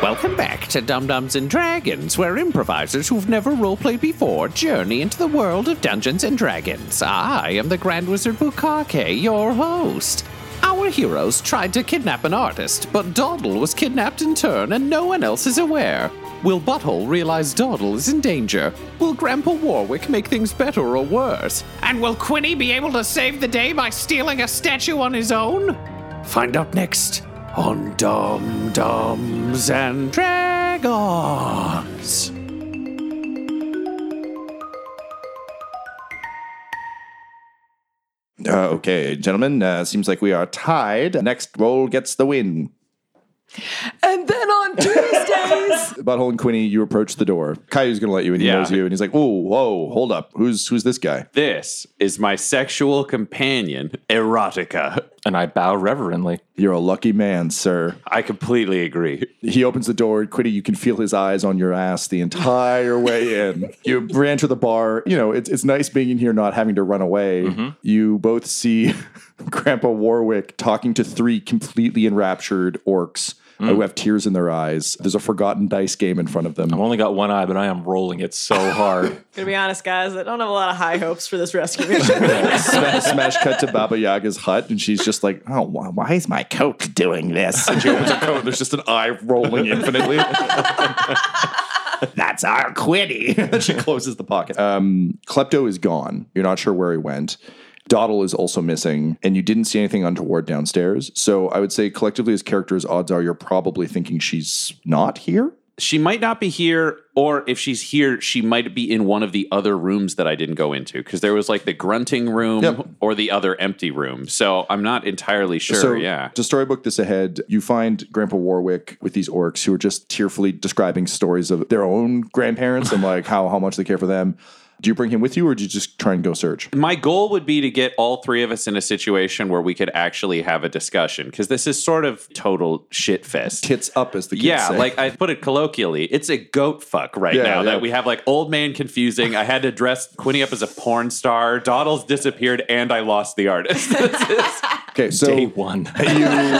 Welcome back to Dum Dums and Dragons, where improvisers who've never roleplayed before journey into the world of Dungeons and Dragons. I am the Grand Wizard Bukake, your host. Our heroes tried to kidnap an artist, but Dawdle was kidnapped in turn and no one else is aware. Will Butthole realize Dawdle is in danger? Will Grandpa Warwick make things better or worse? And will Quinny be able to save the day by stealing a statue on his own? Find out next on Dum Dums and Dragons. Uh, okay, gentlemen, uh, seems like we are tied. Next roll gets the win. And then on Tuesdays, Butthole and Quinny, you approach the door. Caillou's going to let you in. He Yeah. knows you, and he's like, "Oh, whoa, hold up. Who's who's this guy?" This is my sexual companion, Erotica. And I bow reverently. You're a lucky man, sir. I completely agree. He opens the door. Quinny, you can feel his eyes on your ass the entire way in. You ran to the bar. You know, it's, it's nice being in here, not having to run away. You both see Grandpa Warwick talking to three completely enraptured orcs who have tears in their eyes. There's a forgotten dice game in front of them. I've only got one eye, but I am rolling it so hard. to be honest, guys, I don't have a lot of high hopes for this rescue mission. Sma- smash cut to Baba Yaga's hut, and she's just like, "Oh, wh- why is my coat doing this?" And she opens her coat, and there's just an eye rolling infinitely. That's our quitty. she closes the pocket. Um, Klepto is gone. You're not sure where he went. Doddle is also missing, and you didn't see anything untoward downstairs. So I would say collectively as characters, odds are you're probably thinking she's not here. She might not be here, or if she's here, she might be in one of the other rooms that I didn't go into because there was like the grunting room Yep. or the other empty room. So I'm not entirely sure. So yeah. to storybook this ahead, you find Grandpa Warwick with these orcs who are just tearfully describing stories of their own grandparents and like how how much they care for them. Do you bring him with you, or do you just try and go search? My goal would be to get all three of us in a situation where we could actually have a discussion because this is sort of total shit fest. Tits up, as the kids Yeah, say. like I put it colloquially, it's a goat fuck right Yeah, now yeah. that we have like old man confusing. I had to dress Quinny up as a porn star. Doddle's disappeared, and I lost the artist. This is- okay. So Day one. you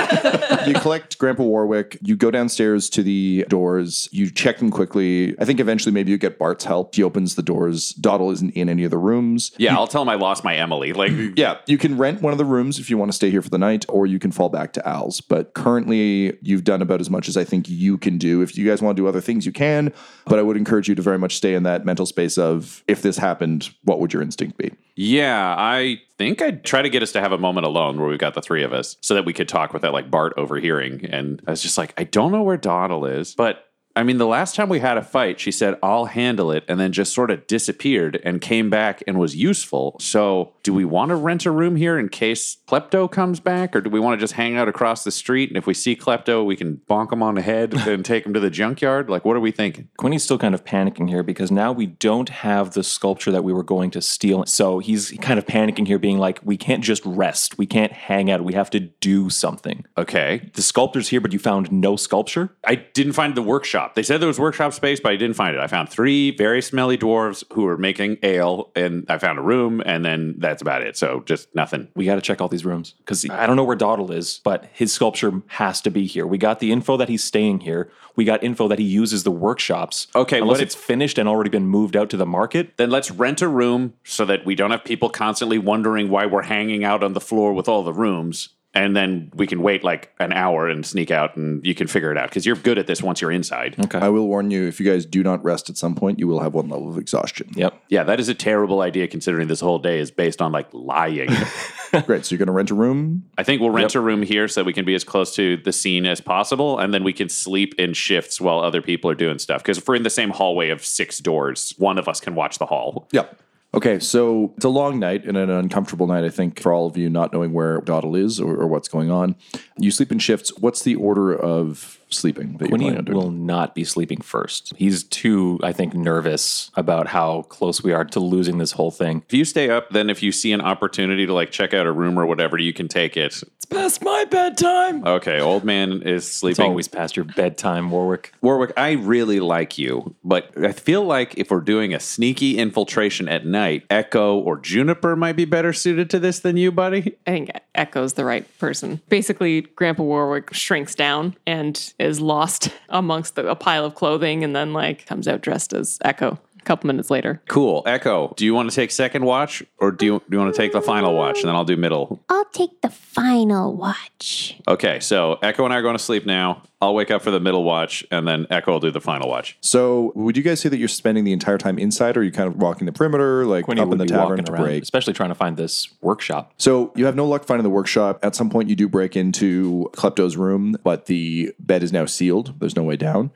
you collect Grandpa Warwick. You go downstairs to the doors. You check them quickly. I think eventually maybe you get Bart's help. He opens the doors. Doddle isn't in any of the rooms. yeah, I'll tell him I lost my Emily. Like, Yeah, you can rent one of the rooms if you want to stay here for the night, or you can fall back to Al's. But currently, you've done about as much as I think you can do. If you guys want to do other things, you can. But I would encourage you to very much stay in that mental space of if this happened, what would your instinct be? yeah, I think I'd try to get us to have a moment alone where we've got the three of us so that we could talk without like Bart overhearing. And I was just like, I don't know where Doddle is, but. I mean, the last time we had a fight, she said, I'll handle it, and then just sort of disappeared and came back and was useful. So, do we want to rent a room here in case Klepto comes back, or do we want to just hang out across the street? And if we see Klepto, we can bonk him on the head and take him to the junkyard? Like, what are we thinking? Quinny's still kind of panicking here because now we don't have the sculpture that we were going to steal. So he's kind of panicking here, being like, we can't just rest. We can't hang out. We have to do something. Okay. The sculptor's here, but you found no sculpture? I didn't find the workshop. They said there was workshop space, but I didn't find it. I found three very smelly dwarves who were making ale, and I found a room, and then that's about it. So just nothing. We got to check all these rooms because I don't know where Doddle is, but his sculpture has to be here. We got the info that he's staying here. We got info that he uses the workshops. Okay, unless what it's finished and already been moved out to the market. Then let's rent a room so that we don't have people constantly wondering why we're hanging out on the floor with all the rooms. And then we can wait like an hour and sneak out, and you can figure it out because you're good at this once you're inside. I will warn you if you guys do not rest at some point, you will have one level of exhaustion. Yep. Yeah, that is a terrible idea considering this whole day is based on like lying. Great. So you're going to rent a room. I think we'll rent a room here so that we can be as close to the scene as possible, and then we can sleep in shifts while other people are doing stuff. Because if we're in the same hallway of six doors, one of us can watch the hall. Yep. Okay, so it's a long night and an uncomfortable night, I think, for all of you not knowing where Doddle is or, or what's going on. You sleep in shifts. What's the order of sleeping that you're Quinny planning on doing? will not be sleeping first. He's too, I think, nervous about how close we are to losing this whole thing. If you stay up, then if you see an opportunity to like check out a room or whatever, you can take it. It's past my bedtime. Okay, old man is It's sleeping. always past your bedtime, Warwick. Warwick, I really like you, but I feel like if we're doing a sneaky infiltration at night, Echo or Juniper might be better suited to this than you, buddy. I think Echo's the right person. Basically, Grandpa Warwick shrinks down and is lost amongst the, a pile of clothing and then, like, comes out dressed as Echo a couple minutes later. Cool. Echo, do you want to take second watch or do you, do you want to take the final watch and then I'll do middle? I'll take the final watch. Okay, so Echo and I are going to sleep now. I'll wake up for the middle watch and then Echo will do the final watch. So, would you guys say that you're spending the entire time inside, or are you kind of walking the perimeter, like Quinny up in would the be tavern walking to around, break? especially trying to find this workshop. So you have no luck finding the workshop. At some point, you do break into Klepto's room, but the bed is now sealed. There's no way down.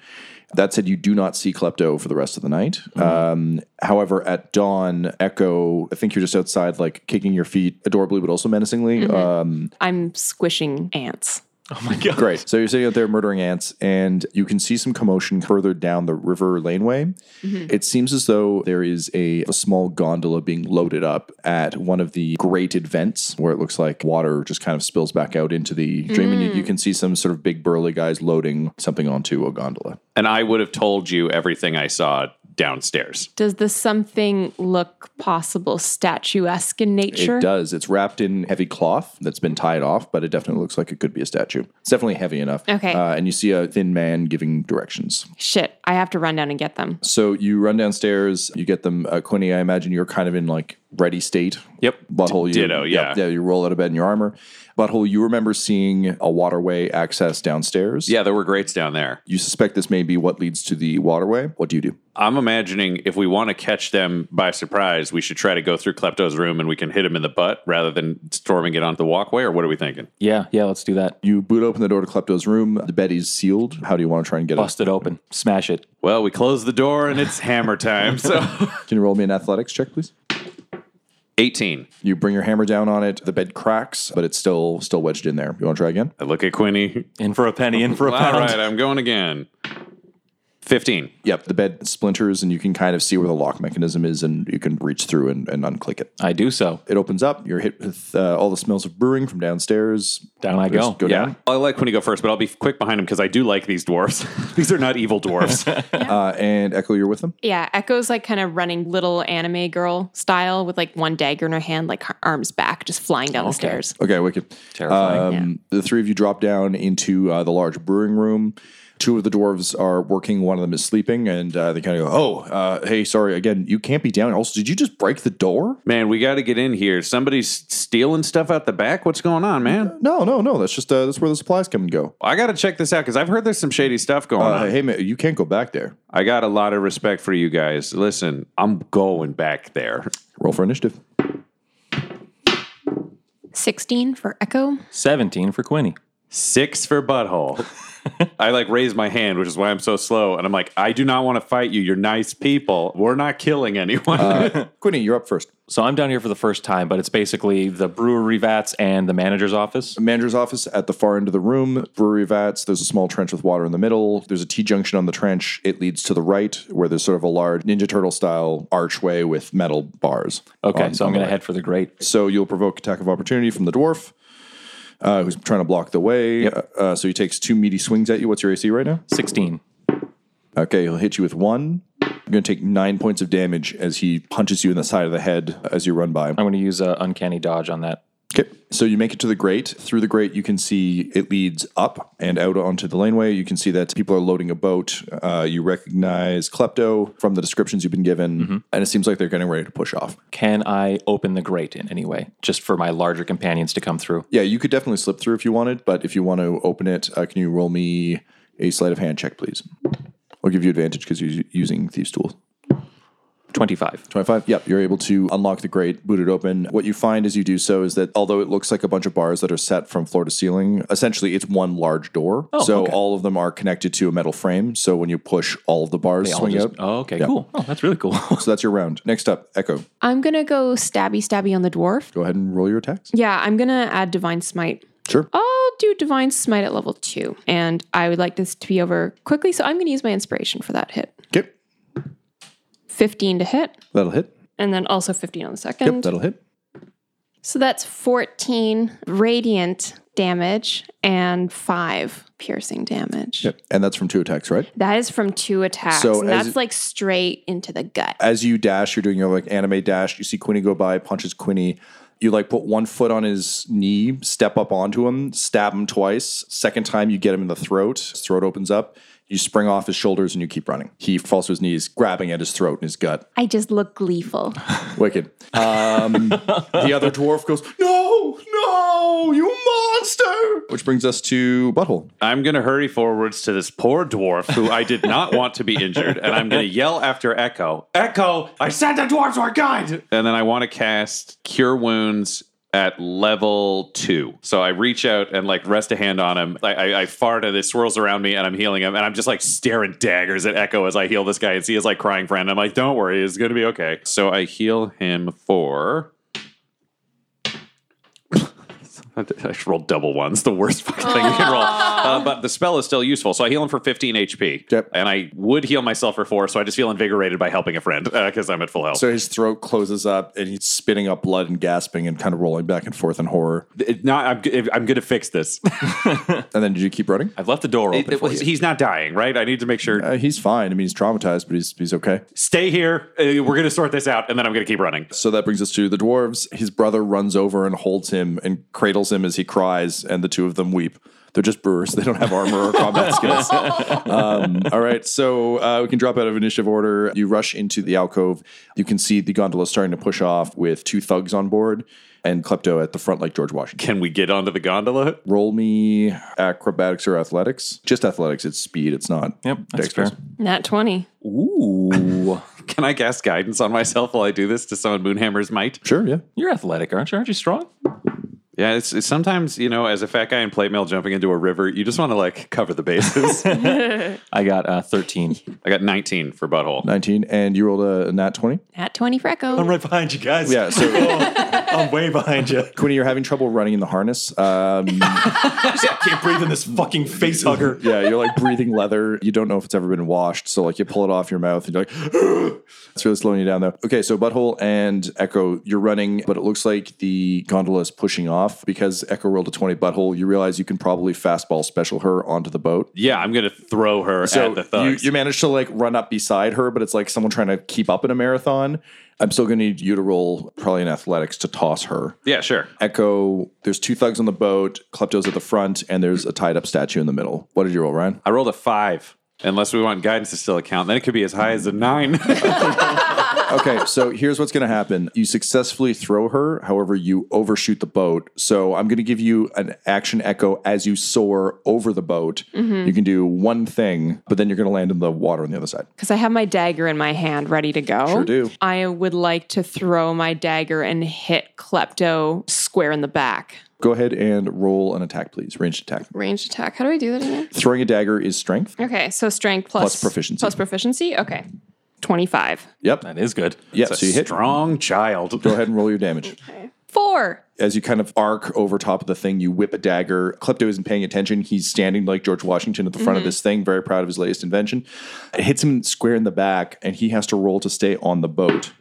That said, you do not see Klepto for the rest of the night. Mm-hmm. Um, however, at dawn, Echo, I think you're just outside, like kicking your feet adorably, but also menacingly. Mm-hmm. Um, I'm squishing ants. Great. So you're sitting out there murdering ants, and you can see some commotion further down the river laneway. It seems as though there is a, a small gondola being loaded up at one of the grated vents where it looks like water just kind of spills back out into the stream, and you, you can see some sort of big burly guys loading something onto a gondola. And I would have told you everything I saw downstairs. Does this something look possible statuesque in nature? It does. It's wrapped in heavy cloth that's been tied off, but it definitely looks like it could be a statue. It's definitely heavy enough. Okay. Uh, and you see a thin man giving directions. Shit, I have to run down and get them. So you run downstairs, you get them. Uh, Quinny, I imagine you're kind of in like ready state. Yep. Butthole, you, Ditto, yep, yeah. yeah. You roll out of bed in your armor. Butthole, you remember seeing a waterway access downstairs. Yeah, there were grates down there. You suspect this may be what leads to the waterway. What do you do? I'm imagining if we want to catch them by surprise, we should try to go through Klepto's room and we can hit him in the butt rather than storming it onto the walkway. Or what are we thinking? Yeah, yeah, let's do that. You boot open the door to Klepto's room. The bed is sealed. How do you want to try and get Bust it open, smash it. Well, we close the door and it's hammer time. So it? Can you roll me an athletics check, please? 18. You bring your hammer down on it. The bed cracks, but it's still still wedged in there. You want to try again? I look at Quinny. In for a penny, in for a All pound. right, I'm going again. 15. Yep. The bed splinters, and you can kind of see where the lock mechanism is, and you can reach through and, and unclick it. I do so. It opens up. You're hit with uh, all the smells of brewing from downstairs. Down I go. Just go Yeah. down. I like Quinny go first, but I'll be quick behind him because I do like these dwarfs. these are not evil dwarfs. Uh, and Echo, you're with them. Yeah, Echo's like kind of running little anime girl style with like one dagger in her hand, like her arms back, just flying down the stairs. Okay, wicked. Terrifying. Um, The three of you drop down into uh, the large brewing room. Two of the dwarves are working. One of them is sleeping, and uh, they kind of go, "Oh, uh, hey, sorry again. You can't be down. Also, did you just break the door? man, we got to get in here. Somebody's stealing stuff out the back. What's going on, man? No, no, no. That's just uh, that's where the supplies come and go. I got to check this out because I've heard there's some shady stuff Oh, going on. Uh, hey, man, you can't go back there. I got a lot of respect for you guys. Listen, I'm going back there. Roll for initiative. 16 for Echo. 17 for Quinny. Six for butthole. I like raise my hand, which is why I'm so slow. And I'm like, I do not want to fight you. You're nice people. We're not killing anyone. Uh, Quinny, you're up first. So I'm down here for the first time, but it's basically the brewery vats and the manager's office. manager's office at the far end of the room, brewery vats. There's a small trench with water in the middle. There's a T junction on the trench. It leads to the right, where there's sort of a large Ninja Turtle style archway with metal bars. Okay, on- so I'm on the going to right. head for the grate. So you'll provoke attack of opportunity from the dwarf. Uh, who's trying to block the way? Uh, so he takes two meaty swings at you. What's your AC right now? 16. Okay, he'll hit you with one. You're going to take nine points of damage as he punches you in the side of the head as you run by. I'm going to use an uncanny dodge on that. Okay, so you make it to the grate. Through the grate, you can see it leads up and out onto the laneway. You can see that people are loading a boat. Uh, you recognize Klepto from the descriptions you've been given, and it seems like they're getting ready to push off. Can I open the grate in any way, just for my larger companions to come through? Yeah, you could definitely slip through if you wanted, but if you want to open it, uh, can you roll me a sleight of hand check, please? I'll give you advantage because you're u- using Thieves' Tools. 25. 25. Yep, you're able to unlock the grate, boot it open. What you find as you do so is that although it looks like a bunch of bars that are set from floor to ceiling, essentially it's one large door. Oh, so all of them are connected to a metal frame. So when you push, all of the bars I'll swing just- out. Oh, okay, Yeah. cool. Oh, that's really cool. So that's your round. Next up, Echo. I'm going to go stabby stabby on the dwarf. Go ahead and roll your attacks. Yeah, I'm going to add Divine Smite. Sure. Oh. I'll do Divine Smite at level two. And I would like this to be over quickly. So I'm going to use my inspiration for that hit Okay. 15 to hit, That'll hit. and then also 15 on the Yep, second. that'll hit. so that's 14 radiant damage and five piercing damage. Yep. And that's from two attacks, right? That is from two attacks. So and as- that's like straight into the gut. As you dash, you're doing your like anime dash. You see Quinny go by, punches Quinny. You like put one foot on his knee, step up onto him, stab him twice. Second time, you get him in the throat. His throat opens up. You spring off his shoulders and you keep running. He falls to his knees, grabbing at his throat and his gut. I just look gleeful. Wicked. Um, the other dwarf goes, No, no, you monster. Which brings us to Butthole. I'm going to hurry forwards to this poor dwarf who I did not want to be injured, and I'm going to yell after Echo. Echo, I said the dwarves were kind. And then I want to cast Cure Wounds at level two. So I reach out and like rest a hand on him. I, I, I fart and it swirls around me, and I'm healing him. And I'm just like staring daggers at Echo as I heal this guy, and he is like crying friend. I'm like, don't worry, it's going to be okay. So I heal him for. I just rolled double ones, the worst fucking thing you can roll. Uh, but the spell is still useful. So I heal him for 15 HP. Yep. And I would heal myself for four. So I just feel invigorated by helping a friend because I'm at full health. So his throat closes up and he's spitting up blood and gasping and kind of rolling back and forth in horror. It- no, I'm, g- I'm going to fix this. And then did you keep running? I've left the door open. It- for it- you. he's not dying, right? I need to make sure. Uh, he's fine. I mean, he's traumatized, but he's, he's okay. Stay here. Uh, we're going to sort this out. And then I'm going to keep running. So that brings us to the dwarves. His brother runs over and holds him and cradles him as he cries, and the two of them weep. They're just brewers. They don't have armor or combat skills. Um, all right, so uh, we can drop out of initiative order. You rush into the alcove. You can see the gondola starting to push off with two thugs on board and Klepto at the front, like George Washington. Can we get onto the gondola? Roll me acrobatics or athletics. Just athletics. It's speed. It's not. Yep, that's dex based. fair. Nat 20. Ooh, Can I cast guidance on myself while I do this to summon Moonhammer's might? Sure. Yeah. you're athletic, aren't you? Aren't you strong? Yeah, it's, it's sometimes, you know, as a fat guy in plate mail jumping into a river, you just want to like cover the bases. I I got uh, 13. got 19 for butthole. Nineteen, and you rolled a nat twenty. At 20 for Echo. right behind you guys. Yeah. So. I'm way behind you. Quinny, you're having trouble running in the harness. Um, I can't breathe in this fucking face hugger. yeah, you're like breathing leather. You don't know if it's ever been washed. So, like, you pull it off your mouth and you're like, it's really slowing you down, though. Okay, so Butthole and Echo, you're running, but it looks like the gondola is pushing off because Echo rolled a 20 Butthole. You realize you can probably fastball special her onto the boat. Yeah, I'm going to throw her So, at the you, thugs. you manage to like run up beside her, but it's like someone trying to keep up in a marathon. I'm still going to need you to roll probably an athletics to toss her. yeah, sure. Echo, there's two thugs on the boat, Klepto's at the front, and there's a tied up statue in the middle. What did you roll, Ryan? I rolled a five. Unless we want guidance to still account, then it could be as high as a nine. Okay, so here's what's going to happen. You successfully throw her, however, you overshoot the boat. So I'm going to give you an action echo as you soar over the boat. You can do one thing, but then you're going to land in the water on the other side. Because I have my dagger in my hand ready to go. Sure do. I would like to throw my dagger and hit Klepto square in the back. Go ahead and roll an attack, please. Ranged attack. Ranged attack. How do I do that again? Throwing a dagger is strength. Okay, so strength plus, Plus proficiency. Plus proficiency? Okay. 25. Yep. That is good. Yeah, so you hit. Strong child. Go ahead and roll your damage. Four. as you kind of arc over top of the thing, you whip a dagger. Klepto isn't paying attention. He's standing like George Washington at the front of this thing, very proud of his latest invention. It hits him square in the back, and he has to roll to stay on the boat.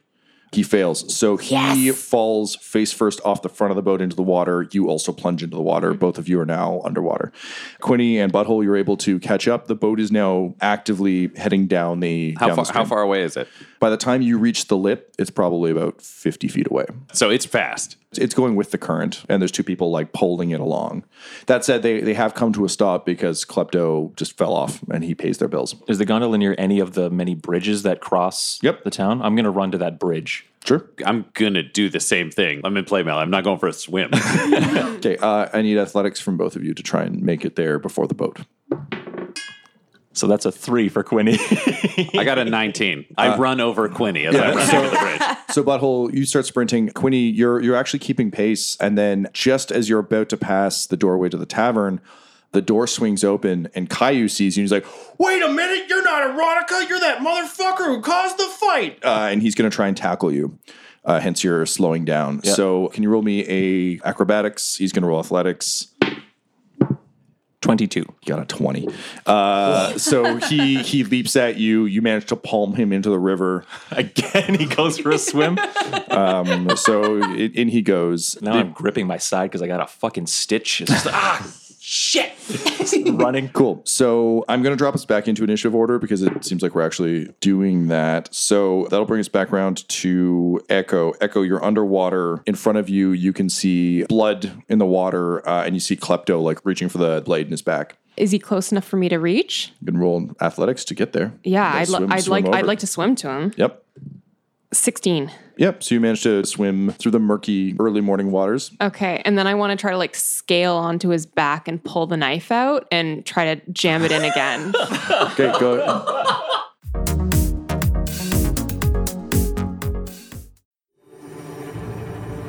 He fails. So he falls face first off the front of the boat into the water. You also plunge into the water. Both of you are now underwater. Quinny and Butthole, you're able to catch up. The boat is now actively heading down the. How down the far, how stream. far away is it? By the time you reach the lip, it's probably about 50 feet away So it's fast. it's going with the current and there's two people like pulling it along that said they, they have come to a stop because klepto just fell off and he pays their bills Is the gondola near any of the many bridges that cross Yep. the town? I'm going to run to that bridge. sure I'm going to do the same thing. I'm in playmail. I'm not going for a swim. okay uh, i need athletics from both of you to try and make it there before the boat So that's a three for Quinny. I got a 19. I run over Quinny as I run over the bridge. so butthole you start sprinting quinny you're you're actually keeping pace and then just as you're about to pass the doorway to the tavern the door swings open and Caillou sees you and he's like, Wait a minute, you're not erotica, you're that motherfucker who caused the fight. Uh, and he's gonna try and tackle you. Uh, hence you're slowing down. So can you roll me a acrobatics? He's gonna roll athletics. 22. got a 20 uh, so he he leaps at you you manage to palm him into the river Again, he goes for a swim. um, so it, in he goes Now I'm gripping my side because I got a fucking stitch. It's just, ah, shit. running. cool so i'm going to drop us back into initiative order because it seems like we're actually doing that so that'll bring us back around to echo echo you're underwater in front of you you can see blood in the water uh, and you see klepto like reaching for the blade in his back Is he close enough for me to reach? you can roll athletics to get there Yeah, You gotta I'd, lo- swim- I'd swim like I'd over. like to swim to him. yep Sixteen. Yep. So you managed to swim through the murky early morning waters. Okay, and then I want to try to like scale onto his back and pull the knife out and try to jam it in again. Okay, go.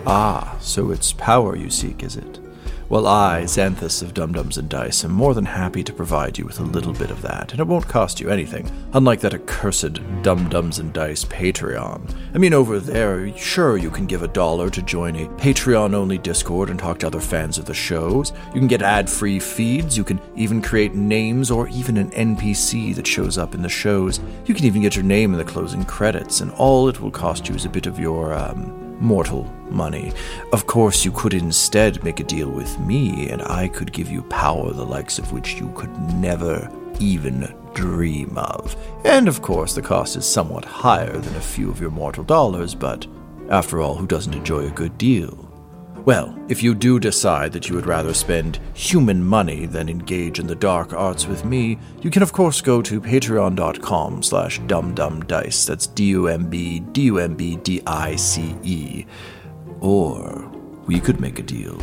Ah, so it's power you seek, is it? Well, I, Xanthus of Dum Dums and Dice, am more than happy to provide you with a little bit of that, and it won't cost you anything, unlike that accursed Dum Dums and Dice Patreon. I mean, over there, sure, you can give a dollar to join a Patreon only Discord and talk to other fans of the shows. You can get ad free feeds, you can even create names or even an NPC that shows up in the shows. You can even get your name in the closing credits, and all it will cost you is a bit of your, um, mortal money. Of course, you could instead make a deal with me, and I could give you power the likes of which you could never even dream of. And of course, the cost is somewhat higher than a few of your mortal dollars, but after all, who doesn't enjoy a good deal? Well, if you do decide that you would rather spend human money than engage in the dark arts with me, you can of course go to patreon.com slash dumdumdice. That's D-U-M-B-D-U-M-B-D-I-C-E. E. Or we could make a deal.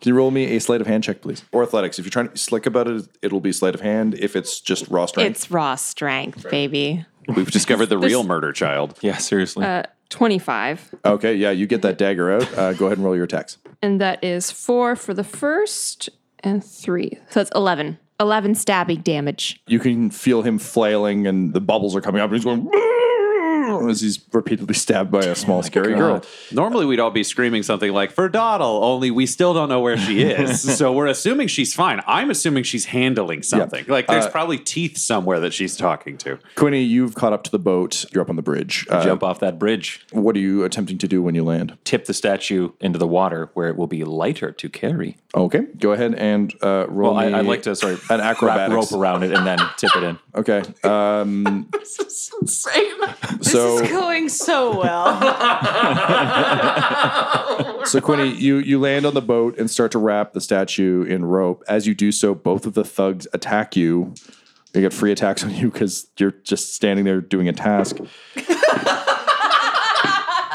Can you roll me a sleight of hand check, please? Or athletics. If you're trying to be slick about it, it'll be sleight of hand. If it's just raw strength, it's raw strength, baby. We've discovered the real murder child. Yeah, seriously. Twenty-five, okay. Yeah, you get that dagger out. Uh, go ahead and roll your attacks. and that is four for the first and three. So that's eleven. 11 stabbing damage. You can feel him flailing, and the bubbles are coming up. And he's going "Brrr," as he's repeatedly stabbed by Oh a small, scary girl. Normally, we'd all be screaming something like, for Doddle, only we still don't know where she is. so we're assuming she's fine. I'm assuming she's handling something. Like, there's probably teeth somewhere that she's talking to. Quinny, you've caught up to the boat. You're up on the bridge. Uh, Jump off that bridge. What are you attempting to do when you land? Tip the statue into the water where it will be lighter to carry. Okay, go ahead and uh, roll. Well, Oh, I, me I'd like to, sorry, an wrap acrobatics. rope around it and then tip it in. Okay. Um, this is insane. So, Going so well. so Quinny, you you land on the boat and start to wrap the statue in rope. As you do so, both of the thugs attack you. They get free attacks on you because you're just standing there doing a task.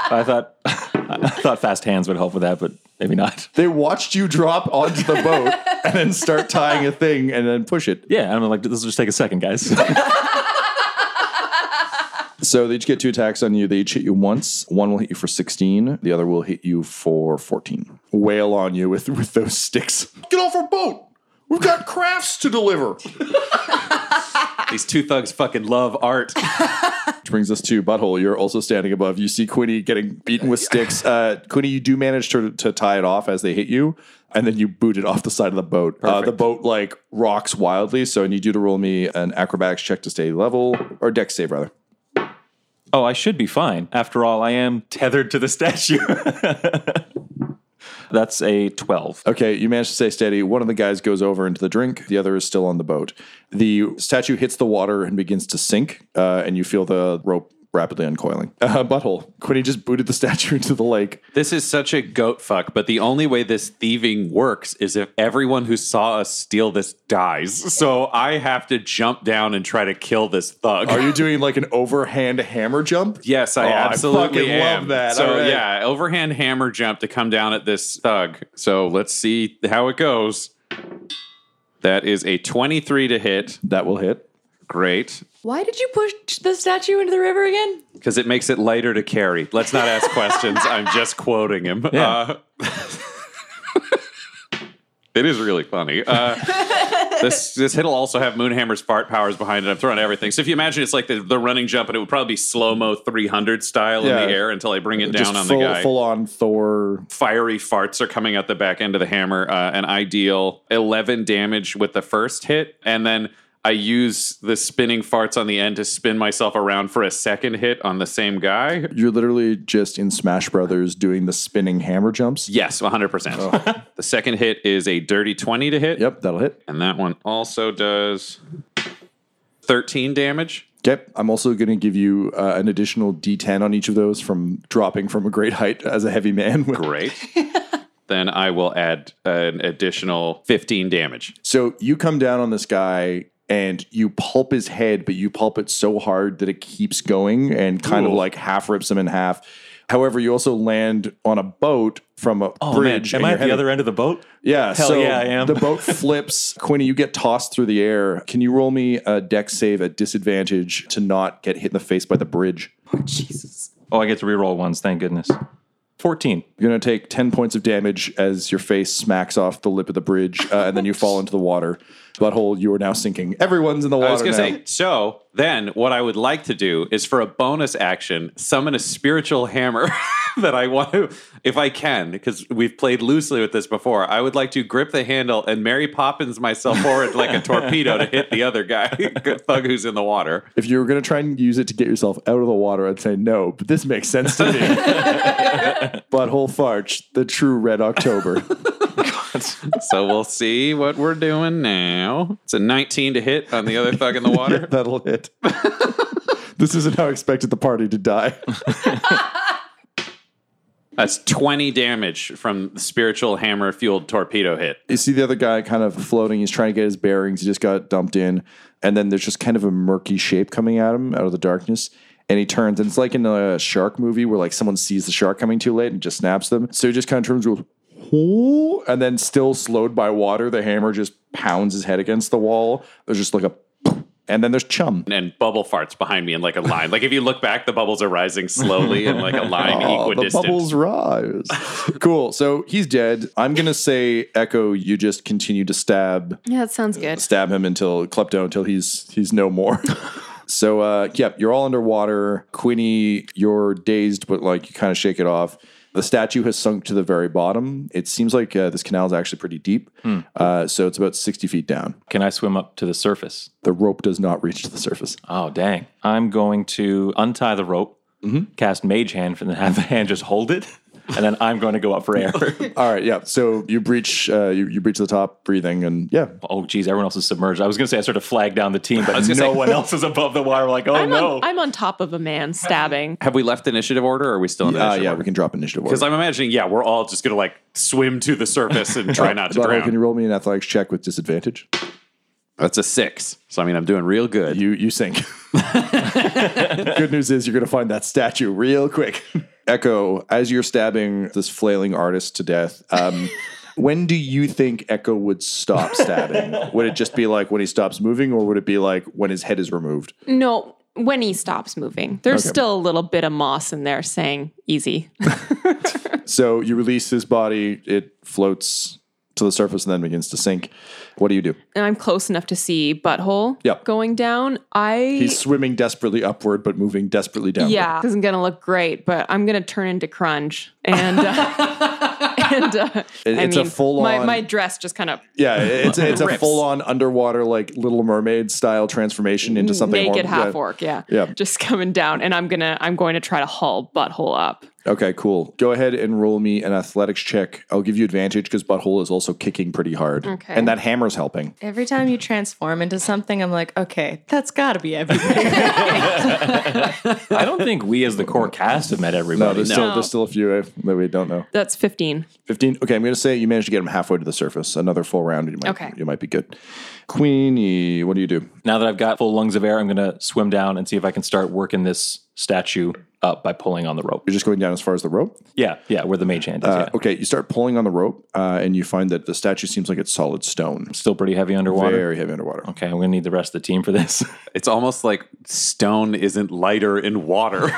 I thought, I thought fast hands would help with that, but maybe not. They watched you drop onto the boat and then start tying a thing and then push it. Yeah, I'm like, this will just take a second, guys. So they each get two attacks on you. They each hit you once. One will hit you for 16. The other will hit you for 14. Wail on you with, with those sticks. Get off our boat. We've got crafts to deliver. These two thugs fucking love art. Which brings us to Butthole. You're also standing above. You see Quinny getting beaten with sticks. Uh, Quinny, you do manage to, to tie it off as they hit you, and then you boot it off the side of the boat. Uh, the boat like rocks wildly, so I need you to roll me an acrobatics check to stay level, or deck save rather. oh, I should be fine. After all, I am tethered to the statue. That's a 12. Okay, you manage to stay steady. One of the guys goes over into the drink, the other is still on the boat. The statue hits the water and begins to sink, uh, and you feel the rope rapidly uncoiling. Uh, butthole. Quinny just booted the statue into the lake. This is such a goat fuck, but the only way this thieving works is if everyone who saw us steal this dies. So I have to jump down and try to kill this thug. Are you doing like an overhand hammer jump? Yes, I Oh, absolutely fucking am. love that. So All right. yeah, overhand hammer jump to come down at this thug. So let's see how it goes. That is a 23 to hit. That will hit. Great. Why did you push the statue into the river again? Because it makes it lighter to carry. Let's not ask questions. I'm just quoting him. Uh, it is really funny. Uh, This this hit'll also have Moonhammer's fart powers behind it. I'm throwing everything. So if you imagine it's like the, the running jump, and it would probably be slow mo 300 style Yeah. in the air until I bring it down on full, the guy. full on Thor. Fiery farts are coming out the back end of the hammer. Uh, an ideal 11 damage with the first hit, and then. I use the spinning farts on the end to spin myself around for a second hit on the same guy. You're literally just in Smash Brothers doing the spinning hammer jumps. Yes, 100%. The second hit is a dirty 20 to hit. Yep, that'll hit. And that one also does 13 damage. Yep. I'm also going to give you uh, an additional D10 on each of those from dropping from a great height as a heavy man. Great. then I will add an additional 15 damage. So you come down on this guy and you pulp his head, but you pulp it so hard that it keeps going and kind of like half rips him in half. However, you also land on a boat from a Oh, man. bridge. and Am I you're at the headed- other end of the boat? Yeah, Hell so yeah, I am. the boat flips. Quinny, you get tossed through the air. Can you roll me a deck save at disadvantage to not get hit in the face by the bridge? Oh, I get to reroll ones. Thank goodness. 14. You're going to take 10 points of damage as your face smacks off the lip of the bridge, uh, and then you fall into the water. Butthole, you are now sinking. Everyone's in the water. I was going to now. say, so then what I would like to do is for a bonus action, summon a spiritual hammer that I want to, if I can, because we've played loosely with this before. I would like to grip the handle and Mary Poppins myself forward like a torpedo to hit the other guy, thug who's in the water. If you were going to try and use it to get yourself out of the water, I'd say no, but this makes sense to me. Butthole Farch, the true Red October. So we'll see what we're doing now. It's a 19 to hit on the other thug in the water. That'll hit. this isn't how I expected the party to die. That's 20 damage from the spiritual hammer fueled torpedo hit. You see the other guy kind of floating. He's trying to get his bearings. He just got dumped in. And then there's just kind of a murky shape coming at him out of the darkness. And he turns, and it's like in a shark movie where like someone sees the shark coming too late and just snaps them. So he just kind of turns, goes, "Hoo," and then still slowed by water, the hammer just pounds his head against the wall. There's just like a, and then there's chum. And bubble farts behind me in like a line. Like if you look back, the bubbles are rising slowly in like a line Oh, the equidistant. bubbles rise. cool. So he's dead. I'm gonna say, Echo, you just continue to stab Yeah, that sounds good. stab him until klepto until he's he's no more. so uh yep, you're all underwater. Quinny, you're dazed, but like you kind of shake it off. The statue has sunk to the very bottom. It seems like uh, this canal is actually pretty deep, Hmm. uh, so it's about sixty feet down. Can I swim up to the surface? The rope does not reach to the surface. Oh, dang. I'm going to untie the rope, cast Mage Hand, and then have the hand just hold it. And then I'm going to go up for air. All right, yeah. So you breach, uh, you, you breach the top, breathing, and yeah, oh, geez, everyone else is submerged. I was going to say I sort of flagged down the team, but was no gonna say- one else is above the water. like, oh, I'm, no. on, I'm on top of a man stabbing. Have we left initiative order or are we still in uh, initiative yeah. We can drop initiative. Because order. I'm imagining, yeah, we're all just going to like swim to the surface and try not to Butthole, Can you drown. roll me an athletics check with disadvantage? That's a six. So I mean, I'm doing real good. You you sink. Good news is you're going to find that statue real quick. Echo, as you're stabbing this flailing artist to death, um, when do you think Echo would stop stabbing? would it just be like when he stops moving, or would it be like when his head is removed? No, when he stops moving, there's still a little bit of moss in there saying easy. So you release his body, it floats to the surface and then begins to sink. What do you do? and I'm close enough to see butthole Yep. going down. I He's swimming desperately upward, but moving desperately downward. yeah, this isn't gonna look great, but I'm gonna turn into crunch and uh, and uh, It- I it's a mean, full-on- my, my dress just kind of Yeah, it's it's a Rips. full on underwater like Little Mermaid style transformation into something naked horrible. half Yeah. orc, yeah, Yeah. just coming down, and I'm gonna I'm going to try to haul butthole up. Okay, cool. Go ahead and roll me an athletics check. I'll give you advantage because Butthole is also kicking pretty hard. Okay. And that hammer's helping. Every time you transform into something, I'm like, okay, that's got to be everything. I don't think we as the core cast have met No, everybody. there's, Still, there's still a few eh, that we don't know. That's 15. 15. Okay, I'm going to say you managed to get him halfway to the surface. Another full round, you might, Okay. you might be good. Queenie, what do you do? Now that I've got full lungs of air, I'm going to swim down and see if I can start working this statue up by pulling on the rope. You're just going down as far as the rope? Yeah, yeah, where the mage hand is. Uh, yeah. Okay, you start pulling on the rope uh, and you find that the statue seems like it's solid stone. Still pretty heavy underwater. Very heavy underwater. Okay, I'm going to need the rest of the team for this. It's almost like stone isn't lighter in water.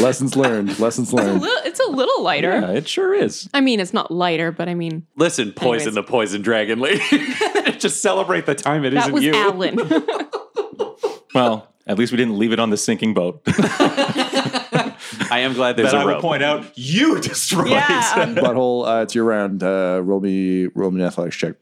Lessons learned. Lessons learned. It's a little lighter. Yeah, it sure is. I mean, it's not lighter, but I mean, Listen, poison Anyways. the poison dragon lady. Just celebrate the time it that not was you. Alan. Well, at least we didn't leave it on the sinking boat. I am glad there's That a I will rope. point out you destroyed. Yeah. um, Butthole, uh, it's your round. Uh, roll me, roll me an athletics check.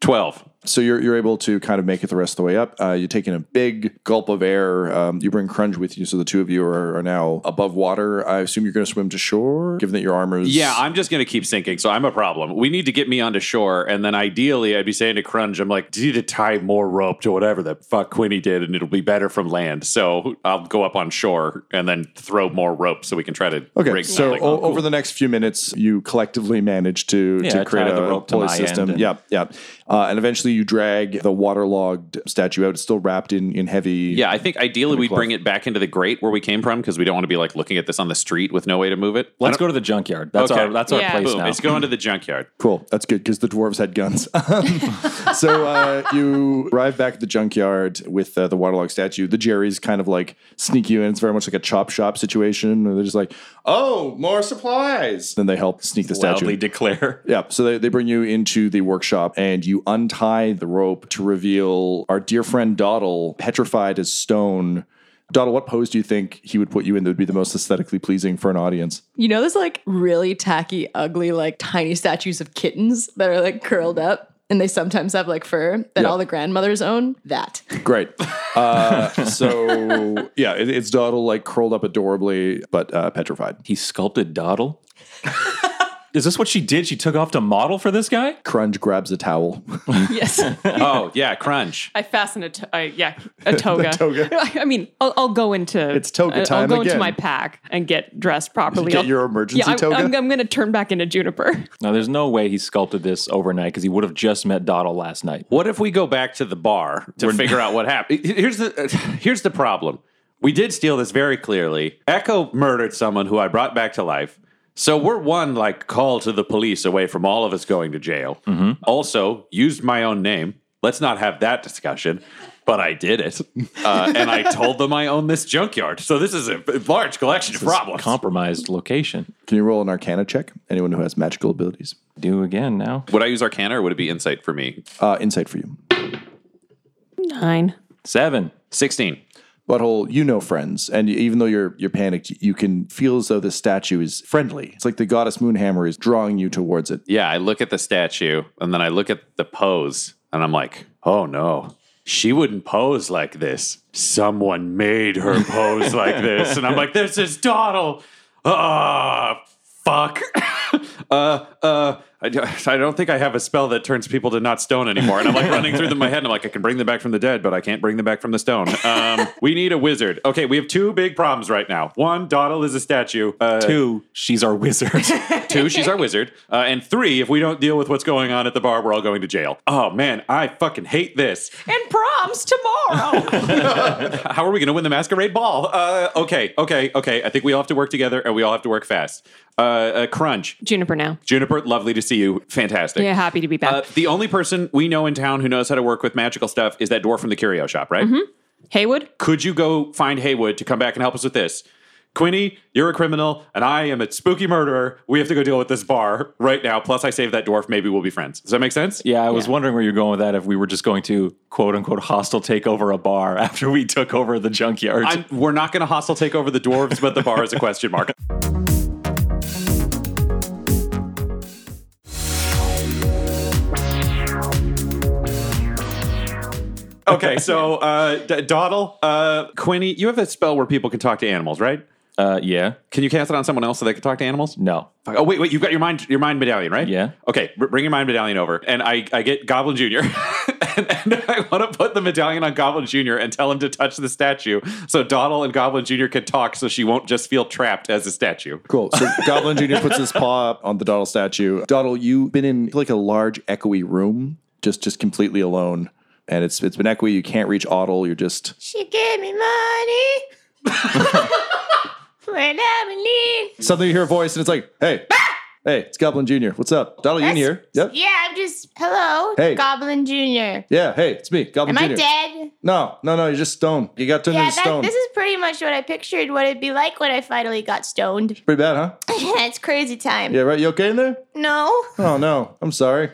Twelve. So you're you're able to kind of make it the rest of the way up. Uh, you're taking a big gulp of air. Um, you bring Crunch with you, so the two of you are, are now above water. I assume you're going to swim to shore, given that your armor is. Yeah, I'm just going to keep sinking, so I'm a problem. We need to get me onto shore, and then ideally, I'd be saying to Crunch, I'm like, do you need to tie more rope to whatever the fuck Quinny did, and it'll be better from land. So I'll go up on shore and then throw more rope so we can try to Okay, rig so oh, something. o- over the next few minutes, you collectively manage to, Yeah, to create tie a the rope to pulley my end system. and- Yeah, yeah, uh, and eventually you drag the waterlogged statue out. It's still wrapped in in heavy. yeah, I think ideally we bring it back into the grate where we came from because we don't want to be like looking at this on the street with no way to move it. Let's go to the junkyard. That's Okay. our that's our Yeah. place Boom! now. It's going to the junkyard. Cool. That's good because the dwarves had guns. so uh, you arrive back at the junkyard with uh, the waterlogged statue. The Jerry's kind of like sneak you in. It's very much like a chop shop situation. And they're just like, oh, more supplies. Then they help sneak the statue. Loudly declare. yeah. So they, they bring you into the workshop and you untie the rope to reveal our dear friend Doddle, petrified as stone. Doddle, what pose do you think he would put you in that would be the most aesthetically pleasing for an audience? You know those like really tacky, ugly, like tiny statues of kittens that are like curled up and they sometimes have like fur that Yeah. all the grandmothers own? That. Great. Uh, so yeah, it, it's Doddle like curled up adorably, but uh, petrified. He sculpted Doddle. Is this what she did? She took off to model for this guy? Crunch grabs a towel. yes. Oh yeah, Crunch. I fasten a, to- I- yeah, a toga. toga. I, I mean, I'll, I'll go into, uh, It's toga I'll- I'll time go into again. my pack and get dressed properly. Get I'll- your emergency yeah, toga? I, am I'm going to turn back into Juniper. Now, there's no way he sculpted this overnight because he would have just met Doddle last night. What if we go back to the bar to figure out what happened? Here's the here's the problem. We did steal this very clearly. Echo murdered someone who I brought back to life. So we're one like call to the police away from all of us going to jail. Also, used my own name. Let's not have that discussion. But I did it, uh, and I told them I own this junkyard. So this is a large collection of problems. Compromised location. Can you roll an Arcana check? Anyone who has magical abilities. Do again now. would I use Arcana or would it be Insight for me? Uh, insight for you. Nine. Seven. Sixteen. Butthole, you know friends, and even though you're you're panicked, you can feel as though this statue is friendly. It's like the goddess Moonhammer is drawing you towards it. Yeah, I look at the statue and then I look at the pose and I'm like, oh no, she wouldn't pose like this. Someone made her pose like this. And I'm like, this is Donald. Ah, fuck. uh, uh, I, do- I don't think I have a spell that turns people to not stone anymore. And I'm like running through them in my head and I'm like, I can bring them back from the dead, but I can't bring them back from the stone. Um, we need a wizard. Okay, we have two big problems right now. One, Donald is a statue. Uh, Two. She's our wizard. Two, she's our wizard. Uh, and three, if we don't deal with what's going on at the bar, we're all going to jail. Oh man, I fucking hate this. And prom's tomorrow. How are we going to win the masquerade ball? Uh, okay, okay, okay. I think we all have to work together and we all have to work fast. Uh, uh, crunch. Juniper now. Juniper, lovely to see you. Fantastic. Yeah, happy to be back. Uh, the only person we know in town who knows how to work with magical stuff is that dwarf from the curio shop, right? Haywood? Could you go find Haywood to come back and help us with this? Quinny, you're a criminal, and I am a spooky murderer. We have to go deal with this bar right now. Plus, I save that dwarf. Maybe we'll be friends. Does that make sense? yeah, I was wondering where you're going with that if we were just going to quote unquote hostile take over a bar after we took over the junkyard. I'm, we're not going to hostile take over the dwarves, but the bar is a question mark. Okay, so uh, D- Doddle, uh, Quinny, you have a spell where people can talk to animals, right? uh, yeah. Can you cast it on someone else so they can talk to animals? No. Fuck. Oh wait, wait! You've got your mind, your mind medallion, right? Yeah. Okay, br- bring your mind medallion over, and I, I get Goblin Junior, and, and I want to put the medallion on Goblin Junior and tell him to touch the statue, so Donald and Goblin Junior can talk, so she won't just feel trapped as a statue. Cool. So Goblin Jr. puts his paw up on the Doddle statue. Doddle, you've been in like a large echoey room, just just completely alone. And it's it's been echoey, you can't reach Oddle, you're just She gave me money. when I'm in need. Suddenly you hear a voice and it's like, hey, Hey, it's Goblin Junior. What's up, Donald? You in here? Yep. Yeah, I'm just hello, Hey. Goblin Junior. Yeah. Hey, it's me, Goblin Am I Junior. dead? No, no, no. You're just stone. You got turned Yeah, into that, stone. this is pretty much what I pictured what it'd be like when I finally got stoned. Pretty bad, huh? it's crazy time. Yeah, right. You okay in there? No, Oh no, I'm sorry.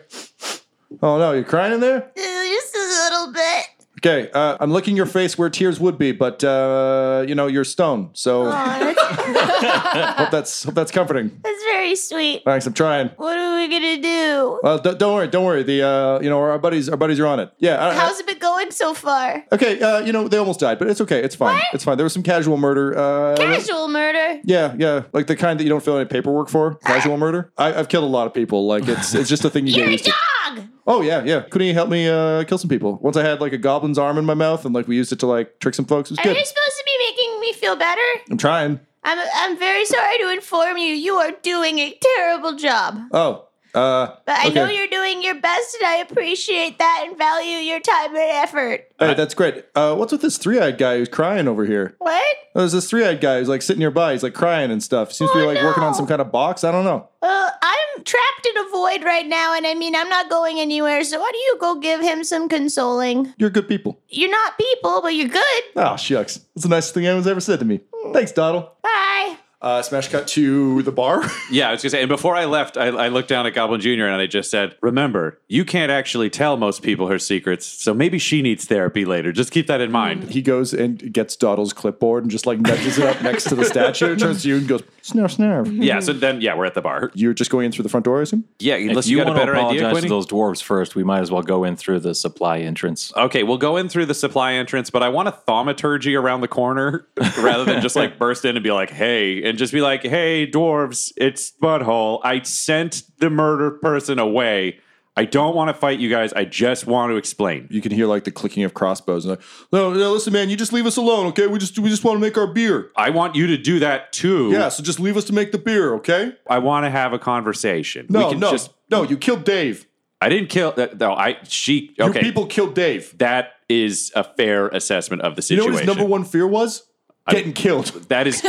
Oh no, you're crying in there? Uh, just a little bit. Okay, uh, I'm licking your face where tears would be, but uh, you know you're stone, so Oh, that's, hope that's hope that's comforting. that's very sweet. Thanks, I'm trying. What are we gonna do? Well, d- don't worry, don't worry. The uh, you know our buddies, our buddies are on it. Yeah. I- I- How's it been going so far? okay, uh, you know they almost died, but it's okay. It's fine. It's fine. There was some casual murder. Uh, Casual murder. Yeah, yeah, like the kind that you don't fill any paperwork for. Casual murder. I, I've killed a lot of people. Like it's it's just a thing you get Ah. You're a used to. dog. Oh yeah, yeah. Couldn't you help me uh, kill some people? Once I had like a goblin's arm in my mouth, and like we used it to like trick some folks. It was Are you good. supposed to be making me feel better? I'm trying. I'm, I'm very sorry to inform you, you are doing a terrible job. Oh, uh, But I okay. know you're doing your best, and I appreciate that and value your time and effort. Hey, that's great. Uh, what's with this three-eyed guy who's crying over here? Oh, What? There's this three-eyed guy who's like sitting nearby. He's like crying and stuff. Seems to be Oh, like working on no. some kind of box. I don't know. Uh, I'm trapped in a void right now, and I mean, I'm not going anywhere, so why don't you go give him some consoling? You're good people. You're not people, but you're good. Oh shucks, that's the nicest thing anyone's ever said to me. Hmm. Thanks, Doddle. Bye. Uh, smash cut to the bar. Yeah, I was gonna say. And before I left, I, I looked down at Goblin Junior and I just said, "Remember, you can't actually tell most people her secrets, so maybe she needs therapy later. Just keep that in Mm. mind." he goes and gets Doddle's clipboard and just like nudges it up next to the statue. Turns to you and goes snarf snarf. yeah. So then, yeah, we're at the bar. You're just going in through the front door, I assume. Yeah, unless if you, you, got a want to better apologize idea, to Quinny. those dwarves first, we might as well go in through the supply entrance. Okay, we'll go in through the supply entrance, but I want a thaumaturgy around the corner rather than just like burst in and be like, hey, and just be like, hey, dwarves, it's Butthole. I sent the murder person away. I don't want to fight you guys. I just want to explain. you can hear like the clicking of crossbows and like, no, no, listen, man, you just leave us alone, okay? We just we just want to make our beer. I want you to do that too. Yeah, so just leave us to make the beer, okay? I want to have a conversation. No, we can no, Just, no, you killed Dave. I didn't kill. Uh, no, I. She. Your Okay. people killed Dave. that is a fair assessment of the You know situation. what his number one fear was? Getting killed. That is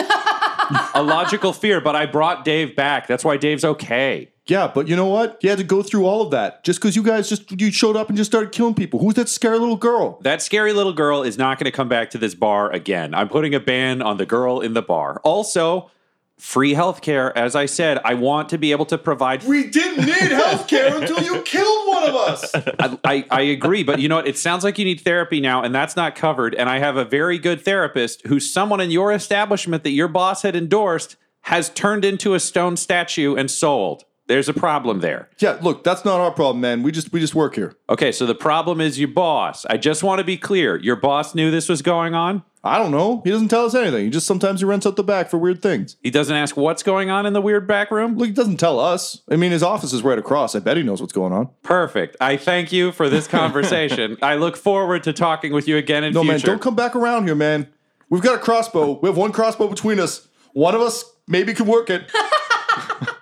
a logical fear, but I brought Dave back. That's why Dave's okay. Yeah, but you know what? He had to go through all of that just because you guys just you showed up and just started killing people. Who's that scary little girl? That scary little girl is not going to come back to this bar again. I'm putting a ban on the girl in the bar. Also, free healthcare. As I said, I want to be able to provide. We didn't need healthcare until you killed one of us. I, I, I agree, but you know what? It sounds like you need therapy now, and that's not covered. And I have a very good therapist who's someone in your establishment that your boss had endorsed has turned into a stone statue and sold. There's a problem there. Yeah, look, that's not our problem, man. We just we just work here. Okay, so the problem is your boss. I just want to be clear. Your boss knew this was going on. I don't know. He doesn't tell us anything. He just sometimes he rents out the back for weird things. He doesn't ask what's going on in the weird back room. Look, he doesn't tell us. I mean, his office is right across. I bet he knows what's going on. Perfect. I thank you for this conversation. I look forward to talking with you again in No, man, future. don't come back around here, man. We've got a crossbow. We have one crossbow between us. One of us maybe can work it.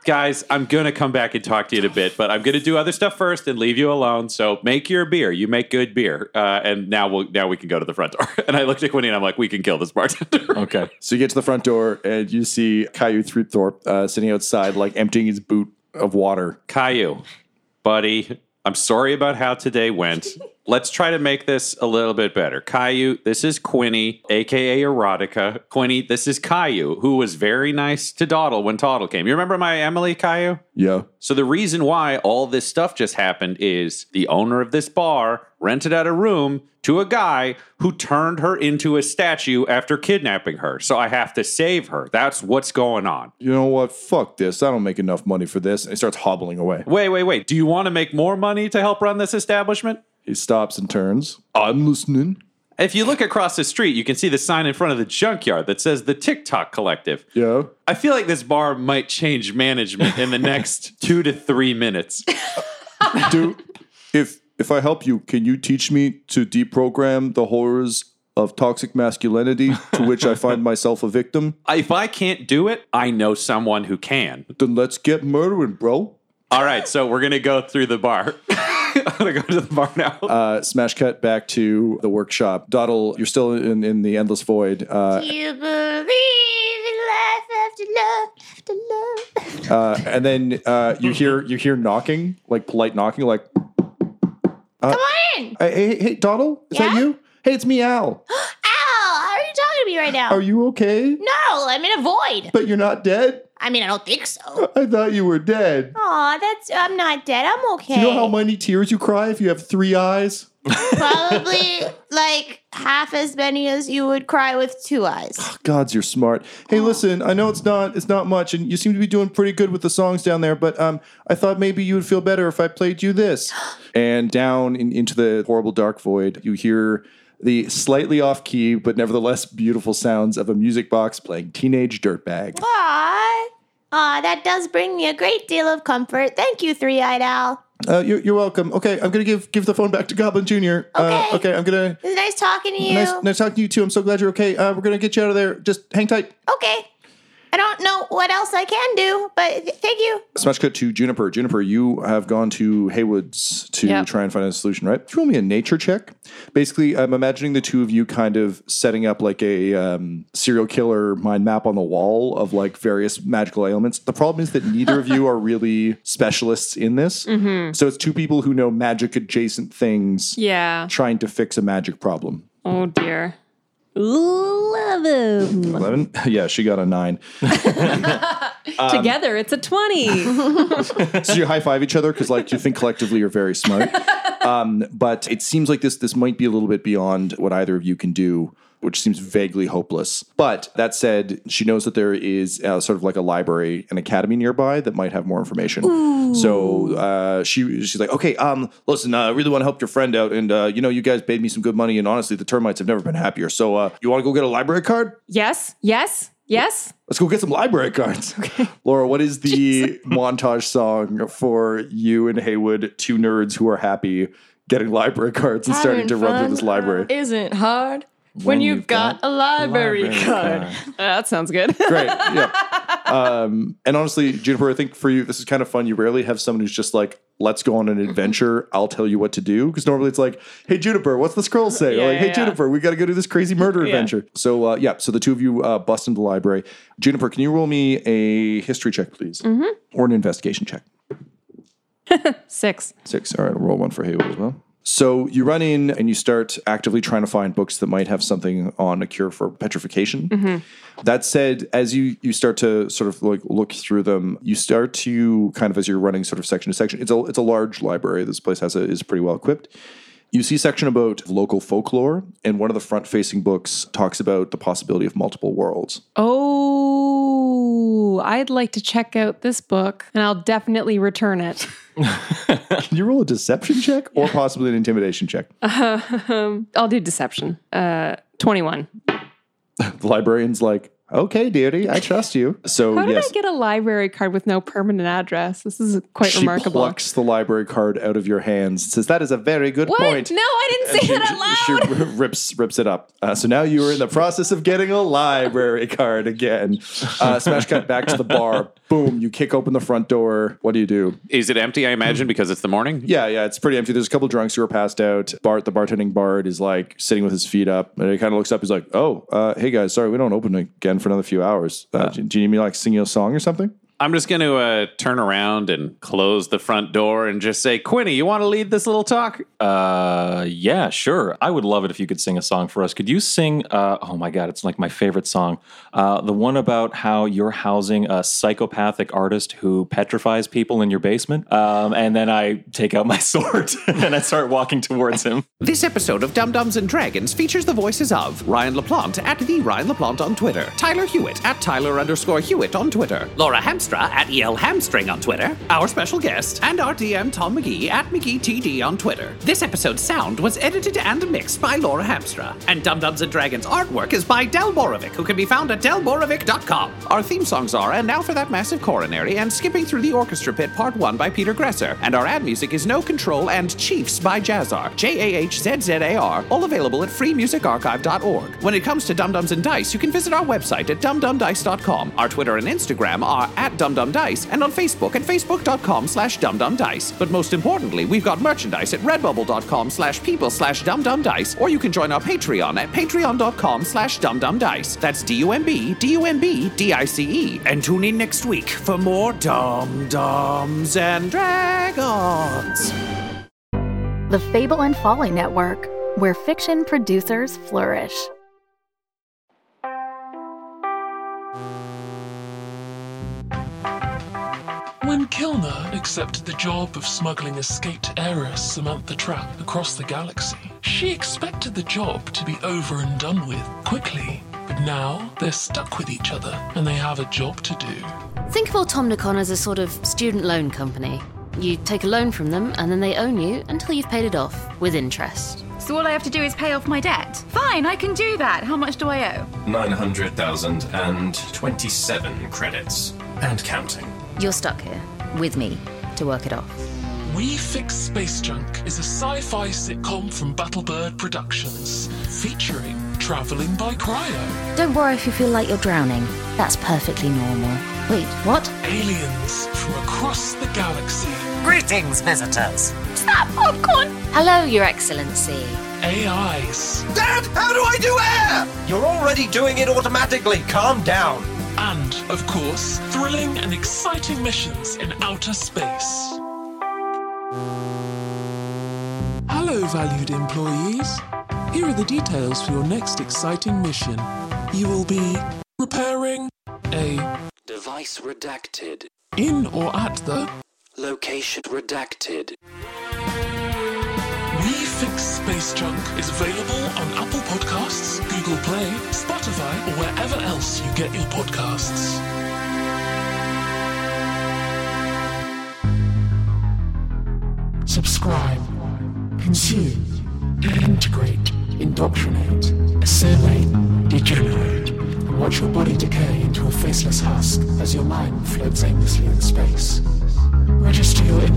Guys, I'm going to come back and talk to you in a bit, but I'm going to do other stuff first and leave you alone. So make your beer. You make good beer. Uh, and now we'll now we can go to the front door. And I looked at Quinny and I'm like, we can kill this bartender. Okay. So you get to the front door and you see Caillou Threepthorpe uh, sitting outside, like emptying his boot of water. Caillou, buddy, I'm sorry about how today went. Let's try to make this a little bit better. Caillou, this is Quinny, aka Erotica. Quinny, this is Caillou, who was very nice to Doddle when Toddle came. You remember my Emily Caillou? Yeah. So the reason why all this stuff just happened is the owner of this bar rented out a room to a guy who turned her into a statue after kidnapping her. So I have to save her. That's what's going on. You know what? Fuck this. I don't make enough money for this. And he starts hobbling away. Wait, wait, wait. Do you want to make more money to help run this establishment? He stops and turns. I'm listening. If you look across the street, you can see the sign in front of the junkyard that says the TikTok Collective. Yeah. I feel like this bar might change management in the next two to three minutes. Dude, if if I help you, can you teach me to deprogram the horrors of toxic masculinity to which I find myself a victim? If I can't do it, I know someone who can. Then let's get murdering, bro. All right, so we're gonna go through the bar. I'm gonna go to the bar now. Uh, smash cut back to the workshop. Doddle, you're still in, in the endless void. Uh, Do you believe in life after love, after love. Uh, and then uh, you hear you hear knocking, like polite knocking, like uh, Come on in. hey hey, hey Donald, is that Yeah? you? Hey, it's me, Al. Al, how are you talking to me right now? Are you okay? no, I'm in a void. But you're not dead. I mean, I don't think so. I thought you were dead. Aw, that's I'm not dead. I'm okay. Do you know how many tears you cry if you have three eyes? Probably like half as many as you would cry with two eyes. Gods, you're smart. Hey, listen, I know it's not it's not much, and you seem to be doing pretty good with the songs down there. But um, I thought maybe you would feel better if I played you this. and down in, into the horrible dark void, you hear the slightly off key but nevertheless beautiful sounds of a music box playing "Teenage Dirtbag." Aw. Aw, that does bring me a great deal of comfort. Thank you, Three Eyed Al. Uh, you're, you're welcome. Okay, I'm gonna give give the phone back to Goblin Junior. Uh, Okay. okay, I'm gonna. It was nice talking to you. Nice, nice talking to you too. I'm so glad you're okay. Uh, we're gonna get you out of there. Just hang tight. Okay. I don't know what else I can do, but th- thank you. Smash cut to Juniper. Juniper, you have gone to Haywood's to Yep. try and find a solution, right? Throw me a nature check. Basically, I'm imagining the two of you kind of setting up like a um, serial killer mind map on the wall of like various magical ailments. The problem is that neither of you are really specialists in this. So it's two people who know magic adjacent things Mm-hmm. Yeah. trying to fix a magic problem. Oh dear. 11. 11? Yeah, she got a nine. Together, it's a twenty. so you high five each other because like you think collectively you're very smart. Um, but it seems like this this might be a little bit beyond what either of you can do, which seems vaguely hopeless. But that said, she knows that there is uh, sort of like a library, an academy nearby that might have more information. So uh, she she's like, okay, um, listen, uh, I really want to help your friend out, and uh, you know, you guys paid me some good money, and honestly, the termites have never been happier. So uh, you want to go get a library card? yes. Yes. Yes. Let's go get some library cards. Laura, what is the montage song for you and Haywood, two nerds who are happy getting library cards and starting Having to run through fun. this library? Isn't hard when, you've, got, a library, card. that sounds good. Great. Yeah. Um, and honestly, Juniper, I think for you, this is kind of fun. You rarely have someone who's just like, let's go on an Mm-hmm. adventure. I'll tell you what to do. Because normally it's like, hey, Juniper, what's the scroll say? Or Yeah, like, hey, yeah, yeah. Juniper, we got to go do this crazy murder adventure. So, uh, yeah. So the two of you uh, bust into the library. Juniper, can you roll me a history check, please? Mm-hmm. Or an investigation check? Six. Six. All right, I'll roll one for Haywood as well. So you run in and you start actively trying to find books that might have something on a cure for petrification. Mm-hmm. That said, as you you start to sort of like look through them, you start to kind of as you're running sort of section to section. It's a it's a large library. This place has a, is pretty well equipped. You see a section about local folklore, and one of the front facing books talks about the possibility of multiple worlds. Oh, I'd like to check out this book, and I'll definitely return it. Can you roll a deception check or possibly an intimidation check? Um, I'll do deception. Uh, twenty-one. The librarian's like, "Okay, deity, I trust you." So How did yes, I get a library card with no permanent address? This is quite she remarkable. plucks the library card out of your hands and says, "That is a very good what? point." No, I didn't say that out loud. She rips rips it up. Uh, so now you are in the process of getting a library card again. Uh, smash cut back to the bar. Boom! You kick open the front door. What do you do? Is it empty? I imagine because it's the morning. Yeah, yeah, it's pretty empty. There's a couple drunks who are passed out. Bart, the bartending bard, is like sitting with his feet up, and he kind of looks up. He's like, "Oh, uh, hey guys, sorry we don't open again for another few hours. Uh, do, do you need me like singing a song or something?" I'm just going to uh, turn around and close the front door and just say, Quinny, you want to lead this little talk? Uh, yeah, sure. I would love it if you could sing a song for us. Could you sing? Uh, oh my God, it's like my favorite song. Uh, the one about how you're housing a psychopathic artist who petrifies people in your basement. Um, and then I take out my sword and I start walking towards him. This episode of Dum Dums and Dragons features the voices of Ryan LaPlante at the Ryan LaPlante on Twitter, Tyler Hewitt at Tyler underscore Hewitt on Twitter, Laura Hamstra at EL Hamstring on Twitter, our special guest, and our DM Tom McGee at McGeeTD on Twitter. This episode's sound was edited and mixed by Laura Hamstra, and Dum Dums and Dragons artwork is by Del Borovic, who can be found at delborovic.com. Our theme songs are And Now for That Massive Coronary and Skipping Through the Orchestra Pit Part 1 by Peter Gresser, and our ad music is No Control and Chiefs by Jazzar, J A H Z Z A R, all available at freemusicarchive.org. When it comes to Dum Dums and Dice, you can visit our website at dumdumdice.com. Our Twitter and Instagram are at at Dum Dum Dice and on Facebook at facebook.com slash dumdumdice. But most importantly, we've got merchandise at redbubble.com slash people slash dumdumdice, or you can join our Patreon at patreon.com slash dumdumdice. That's D-U-M-B, D-U-M-B, D-I-C-E. E. And tune in next week for more Dum Dums and Dragons. The Fable and Folly Network, where fiction producers flourish. When Kilner accepted the job of smuggling escaped heiress Samantha Trapp across the galaxy, she expected the job to be over and done with quickly. But now they're stuck with each other and they have a job to do. Think of Automnicon as a sort of student loan company. You take a loan from them and then they own you until you've paid it off with interest. So all I have to do is pay off my debt. Fine, I can do that. How much do I owe? 900,027 credits. And counting. You're stuck here with me to work it off. We Fix Space Junk is a sci fi sitcom from Battlebird Productions featuring Traveling by Cryo, Don't worry if you feel like you're drowning. That's perfectly normal. Wait, what? Aliens from Across the Galaxy, Greetings, visitors. Stop popcorn! Hello, Your Excellency. AIs, Dad, how do I do air? You're already doing it automatically. Calm down. and, of course, thrilling and exciting missions in outer space. Hello, valued employees. Here are the details for your next exciting mission. You will be repairing a Device redacted. in or at the Location redacted. We Fix Space Junk is available on Apple Podcasts, Google Play, Spotify, or wherever else you get your podcasts. Subscribe, consume, integrate, indoctrinate, assimilate, degenerate, and watch your body decay into a faceless husk as your mind floats aimlessly in space. Register your